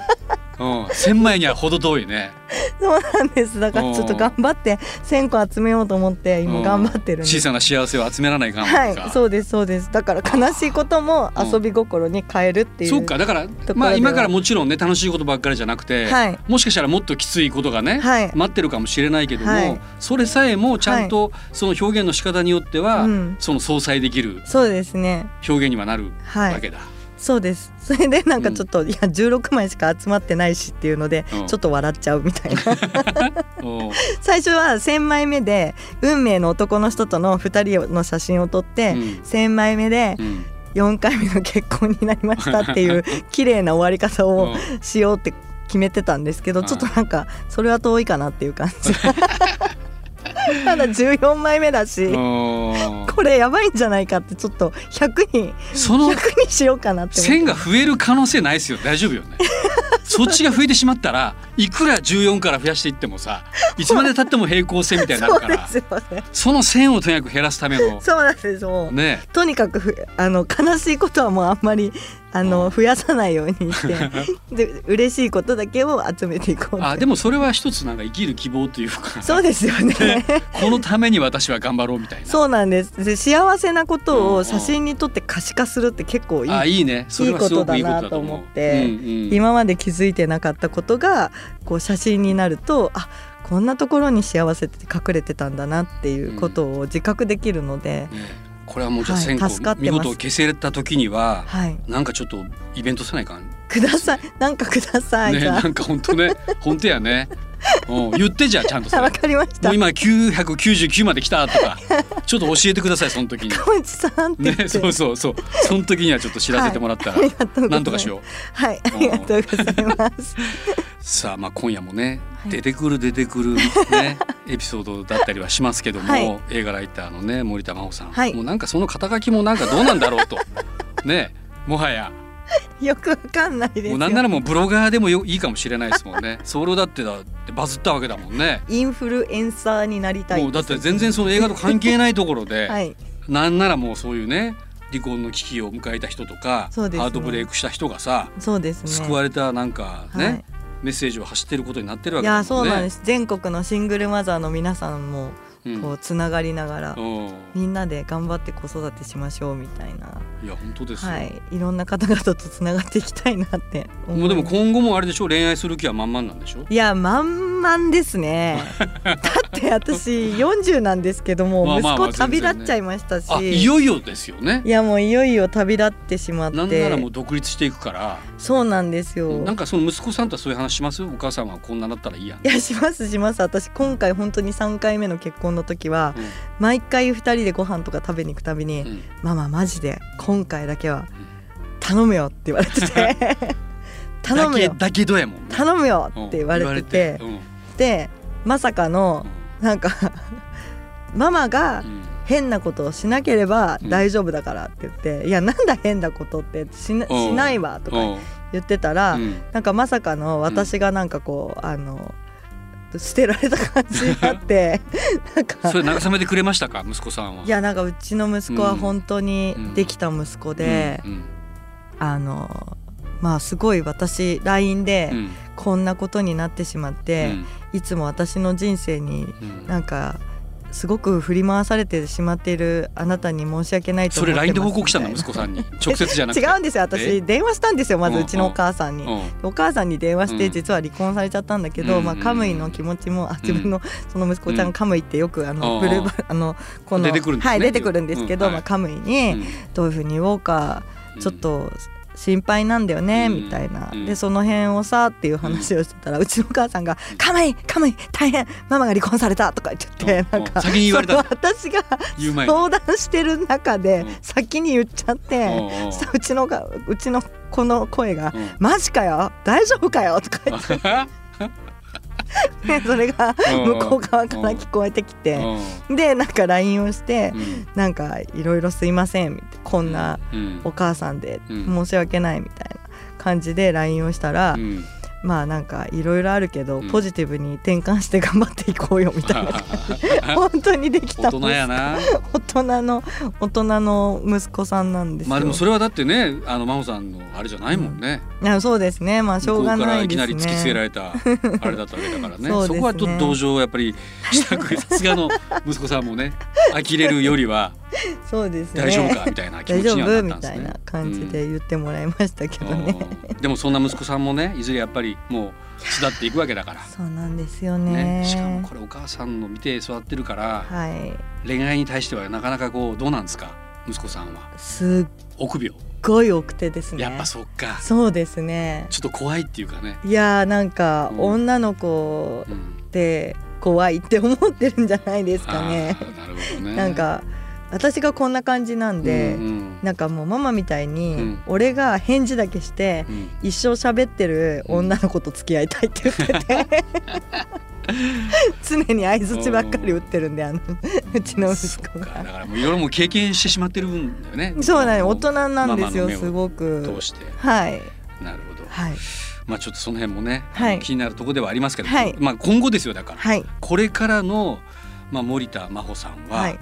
[SPEAKER 2] うん千枚には程遠いね
[SPEAKER 3] そうなんですだからちょっと頑張って1,000個集めようと思って今頑張ってるんです
[SPEAKER 2] 小さな幸せを集めらないかん
[SPEAKER 3] は
[SPEAKER 2] わけ
[SPEAKER 3] い
[SPEAKER 2] か
[SPEAKER 3] そうですそうですだから悲しいことも遊び心に変えるっていう、
[SPEAKER 2] そうかだから
[SPEAKER 3] では
[SPEAKER 2] まあ今からもちろんね楽しいことばっかりじゃなくて、
[SPEAKER 3] はい
[SPEAKER 2] もしかしたらもっときついことがね、
[SPEAKER 3] はい
[SPEAKER 2] 待ってるかもしれないけども、
[SPEAKER 3] はい
[SPEAKER 2] それさえもちゃんとその表現の仕方によっては、
[SPEAKER 3] うん
[SPEAKER 2] その相殺できる
[SPEAKER 3] そうですね
[SPEAKER 2] 表現にはなる
[SPEAKER 3] はい
[SPEAKER 2] わけだ。
[SPEAKER 3] そうですそれでなんかちょっと、いや16枚しか集まってないしっていうので、
[SPEAKER 2] うん
[SPEAKER 3] ちょっと笑っちゃうみたいな
[SPEAKER 2] おう
[SPEAKER 3] 最初は1,000枚目で運命の男の人との2人の写真を撮って、
[SPEAKER 2] うん
[SPEAKER 3] 1,000枚目で
[SPEAKER 2] うん
[SPEAKER 3] 4回目の結婚になりましたっ ていう綺麗な終わり方
[SPEAKER 2] う
[SPEAKER 3] を
[SPEAKER 2] ん
[SPEAKER 3] しようって決めてたんですけど、
[SPEAKER 2] はい
[SPEAKER 3] ちょっとなんかそれは遠いかなっていう感じまだ14枚目だし、
[SPEAKER 2] おう
[SPEAKER 3] これやばいんじゃないかってちょっと100に
[SPEAKER 2] その
[SPEAKER 3] 100にしようかなって思って
[SPEAKER 2] 線が増える可能性ないですよ大丈夫よ ねそっちが増えてしまったらいくら14から増やしていってもさいつまでたっても平行線みたいになる
[SPEAKER 3] そう
[SPEAKER 2] か
[SPEAKER 3] で
[SPEAKER 2] ら
[SPEAKER 3] すよね
[SPEAKER 2] その線をとにかく減らすための
[SPEAKER 3] そうなんですもう、
[SPEAKER 2] ね
[SPEAKER 3] とにかくふあの悲しいことはもうあんまりあ
[SPEAKER 2] う
[SPEAKER 3] の増やさないよう にしてで嬉しいことだけを集めていこうっ
[SPEAKER 2] あ
[SPEAKER 3] て
[SPEAKER 2] でもそれは一つなんか生きる希望というか
[SPEAKER 3] そうですよね
[SPEAKER 2] このために私は頑張ろうみたいな
[SPEAKER 3] そうなんですで幸せなこ
[SPEAKER 2] うん
[SPEAKER 3] と
[SPEAKER 2] うん
[SPEAKER 3] を写真に撮って可視化するって結構いい、
[SPEAKER 2] あいいねそれはすごくいいことだと思
[SPEAKER 3] いいことだなと思っ
[SPEAKER 2] う
[SPEAKER 3] て
[SPEAKER 2] うんうん
[SPEAKER 3] 今まで気づいてなかったことがこう写真になるとあこんなところに幸せって隠れてたんだなっていうことを自覚できるので、
[SPEAKER 2] ねこれはもうじゃあ
[SPEAKER 3] はい
[SPEAKER 2] 線香、
[SPEAKER 3] 助かって
[SPEAKER 2] 見
[SPEAKER 3] ます
[SPEAKER 2] 事消せた時には、
[SPEAKER 3] はい
[SPEAKER 2] なんかちょっとイベントせないかん
[SPEAKER 3] くださいなんかください、
[SPEAKER 2] ね
[SPEAKER 3] じゃ
[SPEAKER 2] なんか本当ね本当やね、うん、言ってじゃあちゃんと
[SPEAKER 3] あ
[SPEAKER 2] さ
[SPEAKER 3] わかりました
[SPEAKER 2] もう今999まで来たとかちょっと教えてくださいその時に
[SPEAKER 3] 小内さん って言って、
[SPEAKER 2] ねそうそうそうその時にはちょっと知らせてもらったら、
[SPEAKER 3] はいありがとうございます
[SPEAKER 2] なんとかしよう
[SPEAKER 3] はいありがとうございます
[SPEAKER 2] さあまあ今夜もね、
[SPEAKER 3] はい
[SPEAKER 2] 出てくる出てくるね エピソードだったりはしますけども、
[SPEAKER 3] はい
[SPEAKER 2] 映画ライターのね森田真帆さん、
[SPEAKER 3] はい
[SPEAKER 2] もうなんかその肩書きもなんかどうなんだろ うとねもはや
[SPEAKER 3] よくわかんないですよ
[SPEAKER 2] もうなんならもうブロガーでもよいいかもしれないですもんねソウルだってだってバズったわけだもんね
[SPEAKER 3] インフルエンサーになりたい
[SPEAKER 2] もうだって全然その映画と関係ないところで、
[SPEAKER 3] はい
[SPEAKER 2] なんならもうそういうね離婚の危機を迎えた人とか、
[SPEAKER 3] そうですね
[SPEAKER 2] ハートブレイクした人がさ
[SPEAKER 3] そうですね
[SPEAKER 2] 救われたなんかね、
[SPEAKER 3] はい
[SPEAKER 2] メッセージを発してることになってるわ
[SPEAKER 3] い
[SPEAKER 2] けだもん
[SPEAKER 3] や
[SPEAKER 2] ね。
[SPEAKER 3] そうなんです、全国のシングルマザーの皆さんも
[SPEAKER 2] うん
[SPEAKER 3] こうつながりながら、
[SPEAKER 2] うん
[SPEAKER 3] みんなで頑張って子育てしましょうみたいな、
[SPEAKER 2] いや本当ですよ、
[SPEAKER 3] はい、いろんな方々とつながっていきたいなって思い
[SPEAKER 2] もう
[SPEAKER 3] ます
[SPEAKER 2] でも今後もあれでしょ恋愛する気は満々なんでしょ
[SPEAKER 3] いや満々で すねだって私40なんですけども、
[SPEAKER 2] まあまあまあ
[SPEAKER 3] 息子旅立っちゃいましたし、
[SPEAKER 2] あいよいよですよね
[SPEAKER 3] いやもういよいよ旅立ってしまって
[SPEAKER 2] なんならもう独立していくから
[SPEAKER 3] そうなんですよ
[SPEAKER 2] なんかその息子さんとはそういう話しますお母さんはこんななったらいいやん
[SPEAKER 3] いやしますします私今回本当に3回目の結婚の時は毎回2人でご飯とか食べに行くたびに
[SPEAKER 2] う
[SPEAKER 3] 「
[SPEAKER 2] んうん
[SPEAKER 3] マママジで今回だけは頼むよ」って言われてて 「頼む
[SPEAKER 2] だ
[SPEAKER 3] よ
[SPEAKER 2] けだけどやもんね
[SPEAKER 3] 頼むよ」
[SPEAKER 2] うん
[SPEAKER 3] って言われてて
[SPEAKER 2] 言われて
[SPEAKER 3] でまさかのなんかママが
[SPEAKER 2] うんうん
[SPEAKER 3] 変なことをしなければ
[SPEAKER 2] うん
[SPEAKER 3] 大丈夫だからって言って「いやなんだ変なことってしな
[SPEAKER 2] うん
[SPEAKER 3] しないわ」と
[SPEAKER 2] うん
[SPEAKER 3] か言ってたら、
[SPEAKER 2] うん
[SPEAKER 3] なんかまさかの私がなんかこう、あの捨てられた感じになって なんか
[SPEAKER 2] それ慰めてくれましたか息子さんはい
[SPEAKER 3] やなんかうちの息子は本当に
[SPEAKER 2] うん
[SPEAKER 3] できた息子で、
[SPEAKER 2] うん
[SPEAKER 3] あのまあすごい私 LINE で
[SPEAKER 2] うん
[SPEAKER 3] こんなことになってしまっ
[SPEAKER 2] う
[SPEAKER 3] て、
[SPEAKER 2] ん
[SPEAKER 3] いつも私の人生に
[SPEAKER 2] うん
[SPEAKER 3] なんかすごく振り回されてしまっているあなたに申し訳ないと
[SPEAKER 2] そ
[SPEAKER 3] 思
[SPEAKER 2] れ
[SPEAKER 3] ってます
[SPEAKER 2] LINE で報告したんだ
[SPEAKER 3] み
[SPEAKER 2] 息
[SPEAKER 3] たい
[SPEAKER 2] 子さんに直接じゃなくて
[SPEAKER 3] な違うんですよ私
[SPEAKER 2] え
[SPEAKER 3] 電話したんですよまず
[SPEAKER 2] うん
[SPEAKER 3] うちのお母さんに。
[SPEAKER 2] うん
[SPEAKER 3] お母さんに電話し
[SPEAKER 2] う
[SPEAKER 3] て
[SPEAKER 2] ん
[SPEAKER 3] 実は離婚されちゃったんだけど、
[SPEAKER 2] うん
[SPEAKER 3] まあ、カムイの気持ちもあ自分のその息子ちゃ
[SPEAKER 2] うん
[SPEAKER 3] んカムイってよくあ
[SPEAKER 2] ああ
[SPEAKER 3] のブルーバあのこの
[SPEAKER 2] 出てくるんですね
[SPEAKER 3] はい、出てくるんですけど、
[SPEAKER 2] うんはい
[SPEAKER 3] まあ、カムイにどういうふうに言おうか
[SPEAKER 2] うん
[SPEAKER 3] ちょっと心配なんだよね、
[SPEAKER 2] うん
[SPEAKER 3] みたいな、
[SPEAKER 2] うん
[SPEAKER 3] でその辺をさっていう話をしてたら、うちのお母さんが「カムイカムイ大変ママが離婚された」とか言っちゃって、
[SPEAKER 2] うん
[SPEAKER 3] なんか
[SPEAKER 2] うん先に言われたんだ
[SPEAKER 3] その私が
[SPEAKER 2] 言う前に
[SPEAKER 3] 相談してる中で、
[SPEAKER 2] うん
[SPEAKER 3] 先に言っちゃって。
[SPEAKER 2] うんうん
[SPEAKER 3] そしたらうちのがうちのこの声が
[SPEAKER 2] うん
[SPEAKER 3] 「マジかよ大丈夫かよ」とか言ってそれが
[SPEAKER 2] うんうん
[SPEAKER 3] 向こう側から聞こえてきて
[SPEAKER 2] う
[SPEAKER 3] でなんか LINE をして
[SPEAKER 2] んうん
[SPEAKER 3] 「なんかいろいろすいません」みたいな「こんな
[SPEAKER 2] うん
[SPEAKER 3] お母さんで
[SPEAKER 2] うん
[SPEAKER 3] 申し訳ない」みたいな感じで LINE をしたら
[SPEAKER 2] うん
[SPEAKER 3] 「まあなんかいろいろあるけど
[SPEAKER 2] うん
[SPEAKER 3] ポジティブに転換して頑張っていこうよ」みたいな本当にできた
[SPEAKER 2] 大人やな。
[SPEAKER 3] 大人の大人の息子さんなんですよ
[SPEAKER 2] まあでもそれはだってね、あの真帆さんのあれじゃないもんね。
[SPEAKER 3] いやそうですねまあし
[SPEAKER 2] 向こ
[SPEAKER 3] ょう
[SPEAKER 2] うか
[SPEAKER 3] がな
[SPEAKER 2] ら
[SPEAKER 3] い
[SPEAKER 2] い
[SPEAKER 3] で
[SPEAKER 2] き
[SPEAKER 3] すね
[SPEAKER 2] なり突きつけられたあれだったわけだからね。
[SPEAKER 3] そうです
[SPEAKER 2] そ
[SPEAKER 3] ね
[SPEAKER 2] こはちょっと同情をやっぱりしたく、さすがの息子さんもね、呆れるより は
[SPEAKER 3] そうですね
[SPEAKER 2] 大丈夫かみたいな気持
[SPEAKER 3] 大
[SPEAKER 2] ち
[SPEAKER 3] 丈
[SPEAKER 2] には
[SPEAKER 3] 夫
[SPEAKER 2] な
[SPEAKER 3] み
[SPEAKER 2] った
[SPEAKER 3] た
[SPEAKER 2] ん
[SPEAKER 3] い
[SPEAKER 2] ですね
[SPEAKER 3] な。感じで言ってもらいましたけどね、
[SPEAKER 2] うんでもそんな息子さんもね、いずれやっぱりもう巣立っていくわけだ から。
[SPEAKER 3] そうなんですよね
[SPEAKER 2] ね、しかもこれお母さんの見て育ってるから
[SPEAKER 3] はい
[SPEAKER 2] 恋愛に対してはなかなかこうどうなんですか息子さんは
[SPEAKER 3] すっ
[SPEAKER 2] 臆病
[SPEAKER 3] ごい奥手ですね
[SPEAKER 2] やっぱそっか
[SPEAKER 3] そうですね
[SPEAKER 2] ちょっと怖いっていうかね、
[SPEAKER 3] いやーなんか
[SPEAKER 2] うん
[SPEAKER 3] 女の子
[SPEAKER 2] うん
[SPEAKER 3] って怖いって思ってるんじゃないですかね
[SPEAKER 2] あーなるほどね。
[SPEAKER 3] なんか私がこんな感じなんで、
[SPEAKER 2] うんうん
[SPEAKER 3] なんかもうママみたいに、
[SPEAKER 2] うん
[SPEAKER 3] 俺が返事だけして
[SPEAKER 2] うん
[SPEAKER 3] 一生喋ってる女の子と付き合いたいって言って て常に相づちばっかり打ってるんであのうちの息子
[SPEAKER 2] そっかだ
[SPEAKER 3] が
[SPEAKER 2] からもういろいろもう経験してしまってるんだよね。
[SPEAKER 3] そうなんです
[SPEAKER 2] も
[SPEAKER 3] 大人なんですよ
[SPEAKER 2] ママの目を
[SPEAKER 3] すごく
[SPEAKER 2] 通して
[SPEAKER 3] はい
[SPEAKER 2] なるほど。
[SPEAKER 3] はい
[SPEAKER 2] まあちょっとその辺もね、
[SPEAKER 3] はい
[SPEAKER 2] あの気になるところではありますけど、
[SPEAKER 3] はい
[SPEAKER 2] まあ今後ですよだから、
[SPEAKER 3] はい
[SPEAKER 2] これからのまあ森田真帆さんは、
[SPEAKER 3] はい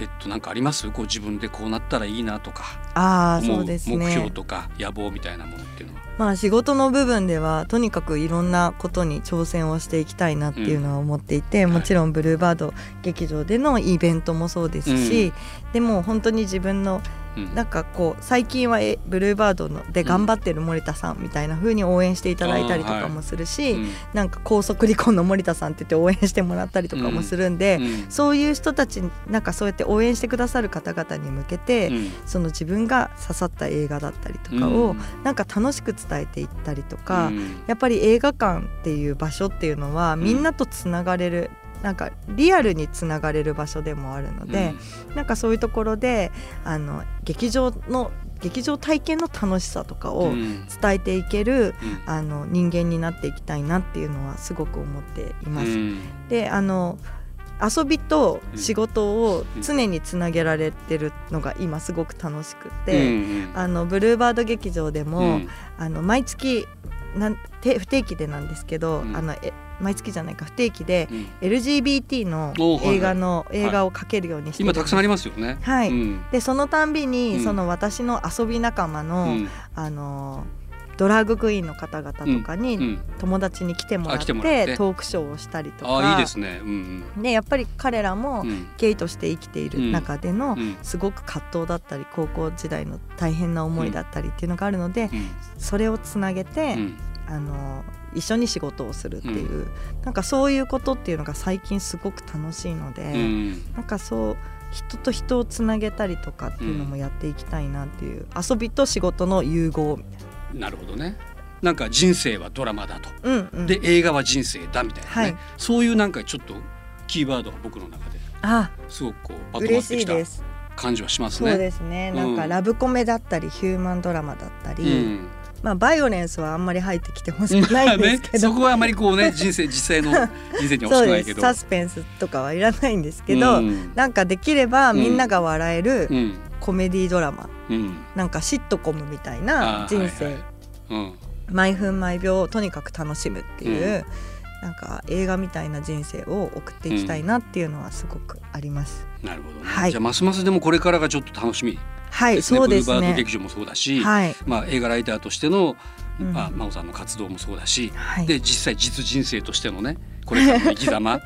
[SPEAKER 2] えっとなんかあります？こう自分でこうなったらいいなとか、
[SPEAKER 3] ああ
[SPEAKER 2] 思
[SPEAKER 3] そうです
[SPEAKER 2] 目標
[SPEAKER 3] ね
[SPEAKER 2] とか野望みたいなものっていうのは。
[SPEAKER 3] まあ仕事の部分ではとにかくいろんなことに挑戦をしていきたいなっていうのは思っていて、
[SPEAKER 2] うん
[SPEAKER 3] もちろんブルーバード劇場でのイベントもそうですし、でも本当に自分の
[SPEAKER 2] うん
[SPEAKER 3] なんかこう最近はえブルーバードので頑張ってる森田さんみたいな風に応援していただいたりとかもするし、
[SPEAKER 2] うん
[SPEAKER 3] なんか高速離婚の森田さんって言って応援してもらったりとかもするんで、
[SPEAKER 2] うん
[SPEAKER 3] そういう人たちなんかそうやって応援してくださる方々に向けて、
[SPEAKER 2] うん
[SPEAKER 3] その自分が刺さった映画だったりとかを、なんか楽しく伝えていったりとか、
[SPEAKER 2] うん
[SPEAKER 3] やっぱり映画館っていう場所っていうのはみんなとつながれる、なんかリアルにつながれる場所でもあるので、なんかそういうところであの劇場の劇場体験の楽しさとか
[SPEAKER 2] うん
[SPEAKER 3] を
[SPEAKER 2] うん
[SPEAKER 3] 伝えていけ
[SPEAKER 2] う
[SPEAKER 3] る、
[SPEAKER 2] ん
[SPEAKER 3] あの人間になっていきたいなっていうのはすごく思っています。
[SPEAKER 2] うん
[SPEAKER 3] であの遊びと仕事を常につなげられてるのが今すごく楽しく
[SPEAKER 2] う
[SPEAKER 3] て、
[SPEAKER 2] ん
[SPEAKER 3] あのブルーバード劇場でも、
[SPEAKER 2] うん
[SPEAKER 3] あの毎月なんて不定期でなんですけど、
[SPEAKER 2] うん
[SPEAKER 3] あのえ毎月じゃないか不定期で
[SPEAKER 2] うん
[SPEAKER 3] LGBT の
[SPEAKER 2] おはいはい
[SPEAKER 3] 映画の、映画をかけるようにしてる
[SPEAKER 2] 今たくさんありますよね。
[SPEAKER 3] はい
[SPEAKER 2] うん
[SPEAKER 3] でそのたんびに、
[SPEAKER 2] うん
[SPEAKER 3] その私の遊び仲間の、
[SPEAKER 2] うん
[SPEAKER 3] あのドラッグクイーンの方々とかに、
[SPEAKER 2] うん
[SPEAKER 3] 友達に来てもらっ
[SPEAKER 2] あ来て
[SPEAKER 3] て
[SPEAKER 2] もらって
[SPEAKER 3] トークショーをしたりと
[SPEAKER 2] あ
[SPEAKER 3] か
[SPEAKER 2] あいいですね。うん
[SPEAKER 3] でやっぱり彼らも、
[SPEAKER 2] うんうん
[SPEAKER 3] ゲイとして生きている中での、
[SPEAKER 2] うん
[SPEAKER 3] すごく葛藤だったり高校時代の大変な思いだったりっていうのがあるので、
[SPEAKER 2] うん
[SPEAKER 3] それをつなげて、
[SPEAKER 2] うん
[SPEAKER 3] あの一緒に仕事をするっていう、なんかそういうことっていうのが最近すごく楽しいので、
[SPEAKER 2] うん
[SPEAKER 3] なんかそう人と人をつなげたりとかっていうのもやっていきたいなっていう、遊びと仕事の融合みたい
[SPEAKER 2] なるほどね。なんか人生はドラマだと、
[SPEAKER 3] な。うんうん、
[SPEAKER 2] で映画は人生だみたいなね、
[SPEAKER 3] はい
[SPEAKER 2] そういうなんかちょっとキーワードが僕の中で
[SPEAKER 3] あ
[SPEAKER 2] すごくこうまとまっ
[SPEAKER 3] 嬉
[SPEAKER 2] て
[SPEAKER 3] し
[SPEAKER 2] き
[SPEAKER 3] い
[SPEAKER 2] た
[SPEAKER 3] です。
[SPEAKER 2] 感じはします
[SPEAKER 3] そう
[SPEAKER 2] ね。
[SPEAKER 3] ですね、
[SPEAKER 2] うん
[SPEAKER 3] なんかラブコメだったりヒューマンドラマだったり、
[SPEAKER 2] うん
[SPEAKER 3] まあバイオレンスはあんまり入ってきてほしくないんですけど、
[SPEAKER 2] ね、そこはあ まりこうね人生実際の人生には欲しく
[SPEAKER 3] そう
[SPEAKER 2] ない
[SPEAKER 3] で
[SPEAKER 2] け
[SPEAKER 3] す
[SPEAKER 2] ど。
[SPEAKER 3] サスペンスとかはいらないんですけど、
[SPEAKER 2] うん
[SPEAKER 3] なんかできればみんなが笑える
[SPEAKER 2] うん
[SPEAKER 3] コメディドラマ、
[SPEAKER 2] うん
[SPEAKER 3] なんかシットコムみたい
[SPEAKER 2] あー
[SPEAKER 3] な人
[SPEAKER 2] はい
[SPEAKER 3] 生
[SPEAKER 2] はいうん
[SPEAKER 3] 毎分毎秒をとにかく楽しむっていうう、なんか映画みたいな人生を送っていきたいなっていうのはすごくあります。
[SPEAKER 2] なるほどね、
[SPEAKER 3] はい
[SPEAKER 2] じゃあますますでもこれからがちょっと楽しみ
[SPEAKER 3] はい、
[SPEAKER 2] ですね。
[SPEAKER 3] そうです
[SPEAKER 2] ブルーバード
[SPEAKER 3] ね。
[SPEAKER 2] 劇場もそうだし、
[SPEAKER 3] はい、
[SPEAKER 2] まあ、映画ライターとしての、
[SPEAKER 3] うん
[SPEAKER 2] まあ、真央さんの活動もそうだし、
[SPEAKER 3] はい、
[SPEAKER 2] で実際実人生としてのねこれからの生き 様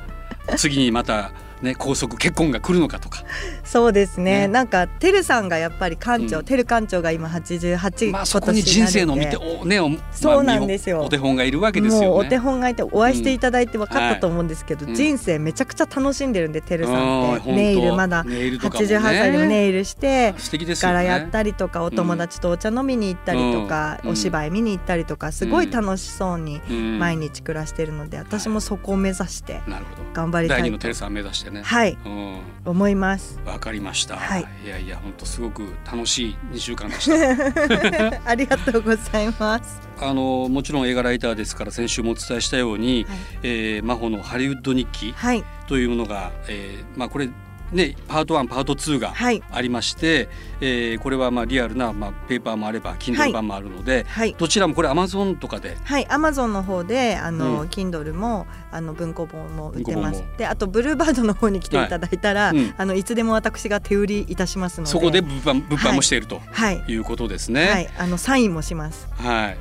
[SPEAKER 2] 次にまた、ね、高速結婚が来るのかとか、
[SPEAKER 3] そうですね。
[SPEAKER 2] ね
[SPEAKER 3] なんかてるさんがやっぱり館長、
[SPEAKER 2] うん
[SPEAKER 3] てる館長が今八十八、
[SPEAKER 2] まあ、そこに人生の見てお,、ねおまあ
[SPEAKER 3] そうなんですよ
[SPEAKER 2] 見本お手本がいるわけですよね。
[SPEAKER 3] もうお手本がいてお会いしていただいて分か
[SPEAKER 2] う
[SPEAKER 3] った
[SPEAKER 2] ん
[SPEAKER 3] と思うんですけど、
[SPEAKER 2] はいうん
[SPEAKER 3] 人生めちゃくちゃ楽しんでるんでてるさ
[SPEAKER 2] うん
[SPEAKER 3] んって
[SPEAKER 2] 本当
[SPEAKER 3] ネイルまだ
[SPEAKER 2] ネイルとかもね
[SPEAKER 3] 88歳でもネイルして。
[SPEAKER 2] 素敵ですよ
[SPEAKER 3] 柄
[SPEAKER 2] ね。
[SPEAKER 3] やったりとかお友達とお茶飲みに行ったりとか、
[SPEAKER 2] うん
[SPEAKER 3] お芝居見に行ったりとかすごい楽しそうに
[SPEAKER 2] うん
[SPEAKER 3] 毎日暮らしてるので、私もそこを目指して
[SPEAKER 2] なるほど
[SPEAKER 3] 頑張りた
[SPEAKER 2] 第二
[SPEAKER 3] い
[SPEAKER 2] の
[SPEAKER 3] と
[SPEAKER 2] テレサを目指してね。
[SPEAKER 3] はい
[SPEAKER 2] うん
[SPEAKER 3] 思います。
[SPEAKER 2] わかりました。
[SPEAKER 3] はい
[SPEAKER 2] いやいや本当すごく楽しい2週間で した。
[SPEAKER 3] ありがとうございます。
[SPEAKER 2] あのもちろん映画ライターですから先週もお伝えしたように、
[SPEAKER 3] はい
[SPEAKER 2] えー真帆のハリウッド日記
[SPEAKER 3] はい
[SPEAKER 2] というものが、えーまあこれねパート1パート2が
[SPEAKER 3] はい
[SPEAKER 2] ありまして、えーこれはまあリアルなまあペーパーもあれば Kindle 版もあるので、
[SPEAKER 3] はい
[SPEAKER 2] どちらもこれ Amazon とかで
[SPEAKER 3] はい、アマゾンの方であの、
[SPEAKER 2] うん
[SPEAKER 3] Kindle もあの文庫本も売ってま
[SPEAKER 2] 文庫
[SPEAKER 3] す
[SPEAKER 2] 本。
[SPEAKER 3] で、あとブルーバードの方に来ていただいたら、
[SPEAKER 2] はい
[SPEAKER 3] い
[SPEAKER 2] うん
[SPEAKER 3] あのいつでも私が手売りいたしますので。
[SPEAKER 2] そこで物販物販もしていると
[SPEAKER 3] はい、
[SPEAKER 2] いうことです
[SPEAKER 3] は
[SPEAKER 2] ね。
[SPEAKER 3] い、あのサインもします。
[SPEAKER 2] はい。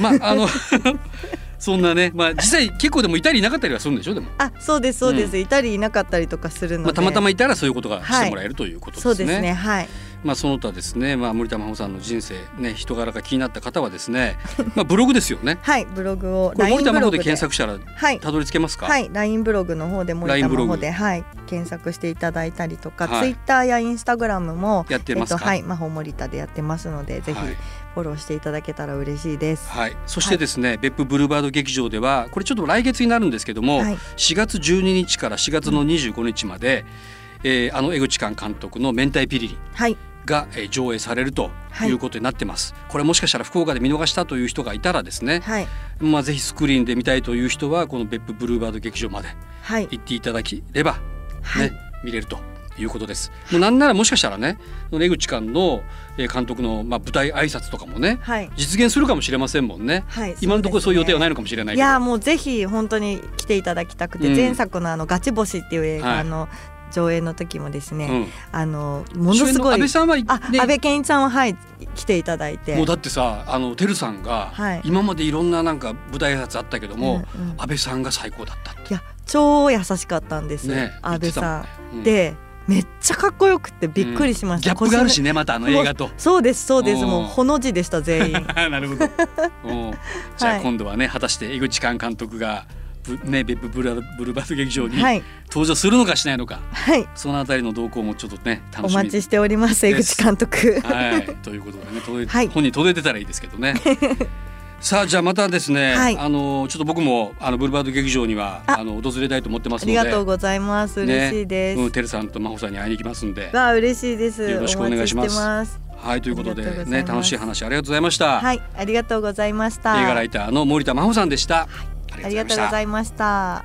[SPEAKER 2] まああ のそんなねまあ実際結構でもいたりいなかったりはするんでしょでも。
[SPEAKER 3] あ、そうですそうです、
[SPEAKER 2] う
[SPEAKER 3] いたりいなかったりとかするので。
[SPEAKER 2] まあ、たまたまいたらそういうことがしてもらえるということですね。
[SPEAKER 3] そうですね、はい、
[SPEAKER 2] まあ、その他ですね、まあ、森田真帆さんの人生、ね、人柄が気になった方はです ね、まあ、ブログですよね。
[SPEAKER 3] はい、ブログを
[SPEAKER 2] これ
[SPEAKER 3] LINE
[SPEAKER 2] 森田
[SPEAKER 3] ブ
[SPEAKER 2] 真
[SPEAKER 3] ロ
[SPEAKER 2] 帆
[SPEAKER 3] グ
[SPEAKER 2] で
[SPEAKER 3] で
[SPEAKER 2] 検索したら、
[SPEAKER 3] はい。
[SPEAKER 2] たどり着けますか。
[SPEAKER 3] はい、LINE ブログの方で森
[SPEAKER 2] LINE
[SPEAKER 3] 田
[SPEAKER 2] ブロ
[SPEAKER 3] 真
[SPEAKER 2] グ
[SPEAKER 3] 帆で、はい、検索していただいたりとか、
[SPEAKER 2] はい
[SPEAKER 3] Twitter や Instagram も
[SPEAKER 2] やってます
[SPEAKER 3] えっと、は
[SPEAKER 2] か。
[SPEAKER 3] い、真帆森田でやってますので、ぜひ
[SPEAKER 2] はい
[SPEAKER 3] フォローしていただけたら嬉しいです。
[SPEAKER 2] はい、そしてですね、別府ブルーバード劇場ではこれちょっと来月になるんですけども、
[SPEAKER 3] はい
[SPEAKER 2] 4月12日から4月の25日まで、えーあの江口寛監督の「明太ピリリ
[SPEAKER 3] はい、」
[SPEAKER 2] が、えー上映されるということになってます、これもしかしたら福岡で見逃したという人がいたらですね、
[SPEAKER 3] はい、
[SPEAKER 2] まあ、ぜひスクリーンで見たいという人はこの別府ブルーバード劇場まで
[SPEAKER 3] はい、
[SPEAKER 2] 行っていただければ、ね
[SPEAKER 3] はい
[SPEAKER 2] 見れるということです。もうなんならもしかしたらねその江口監のえー監督の、まあ、舞台挨拶とかもね
[SPEAKER 3] はい、
[SPEAKER 2] 実現するかもしれませんもんね。
[SPEAKER 3] はい、。
[SPEAKER 2] 今のところそういう予定はないいのかもしれない
[SPEAKER 3] い
[SPEAKER 2] けど。
[SPEAKER 3] やもうぜひ本当に来ていただきたくて、
[SPEAKER 2] うん
[SPEAKER 3] 前作のあのガチ星っていう映
[SPEAKER 2] はい
[SPEAKER 3] 画の上映の時もですね、
[SPEAKER 2] うん
[SPEAKER 3] あのもの
[SPEAKER 2] 主演
[SPEAKER 3] す
[SPEAKER 2] の
[SPEAKER 3] ご
[SPEAKER 2] 安
[SPEAKER 3] い
[SPEAKER 2] 倍さんは、ね、
[SPEAKER 3] あ、安倍健一さんははい来ていただいて
[SPEAKER 2] もうだってさあのてるさんが、
[SPEAKER 3] はい
[SPEAKER 2] 今までいろんななんか舞台挨拶あったけども、
[SPEAKER 3] うんうん
[SPEAKER 2] 安倍さんが最高だったって
[SPEAKER 3] いや超優しかったんです、
[SPEAKER 2] ね
[SPEAKER 3] 安
[SPEAKER 2] 言
[SPEAKER 3] 倍さん、
[SPEAKER 2] ってたもんねうん
[SPEAKER 3] でめっちゃかっこよくてびっくりしまし
[SPEAKER 2] ギ
[SPEAKER 3] た、
[SPEAKER 2] ャップがあるし
[SPEAKER 3] 腰の
[SPEAKER 2] ねまたあの映画と
[SPEAKER 3] そうですそうです
[SPEAKER 2] うん
[SPEAKER 3] もうほの字でし た全員
[SPEAKER 2] な るほど、うんじゃ
[SPEAKER 3] は
[SPEAKER 2] あ
[SPEAKER 3] い
[SPEAKER 2] 今度はね果たして井口寛監督がぶね別府ブラブルーバード劇場に
[SPEAKER 3] はい
[SPEAKER 2] 登場するのかしないのか、
[SPEAKER 3] はい
[SPEAKER 2] そのあたりの動向もちょっとね楽
[SPEAKER 3] お
[SPEAKER 2] しみ
[SPEAKER 3] 待
[SPEAKER 2] に
[SPEAKER 3] ちしております江
[SPEAKER 2] です
[SPEAKER 3] 口監督
[SPEAKER 2] はい、ということでね、届い
[SPEAKER 3] はい
[SPEAKER 2] 本人届いてたらいいですけ どね。さあじゃあまたですね、
[SPEAKER 3] はい
[SPEAKER 2] あのちょっと僕もあのブルーバード劇場にはあ
[SPEAKER 3] あ
[SPEAKER 2] の訪れたいと思ってますの
[SPEAKER 3] あ
[SPEAKER 2] で、
[SPEAKER 3] りがとうございます
[SPEAKER 2] ね
[SPEAKER 3] 嬉しいです、
[SPEAKER 2] うん、てるさんと真帆さんに会いに行きますんで、
[SPEAKER 3] わあ嬉しいです
[SPEAKER 2] よろしくお願いします
[SPEAKER 3] お待ちてます
[SPEAKER 2] はいということで
[SPEAKER 3] ありがとうござ
[SPEAKER 2] ね
[SPEAKER 3] います
[SPEAKER 2] 楽しい話ありがとうございました。
[SPEAKER 3] は
[SPEAKER 2] 映
[SPEAKER 3] いありがとうございました
[SPEAKER 2] 画ライターの森田真帆さんでした。
[SPEAKER 3] ありがとうございました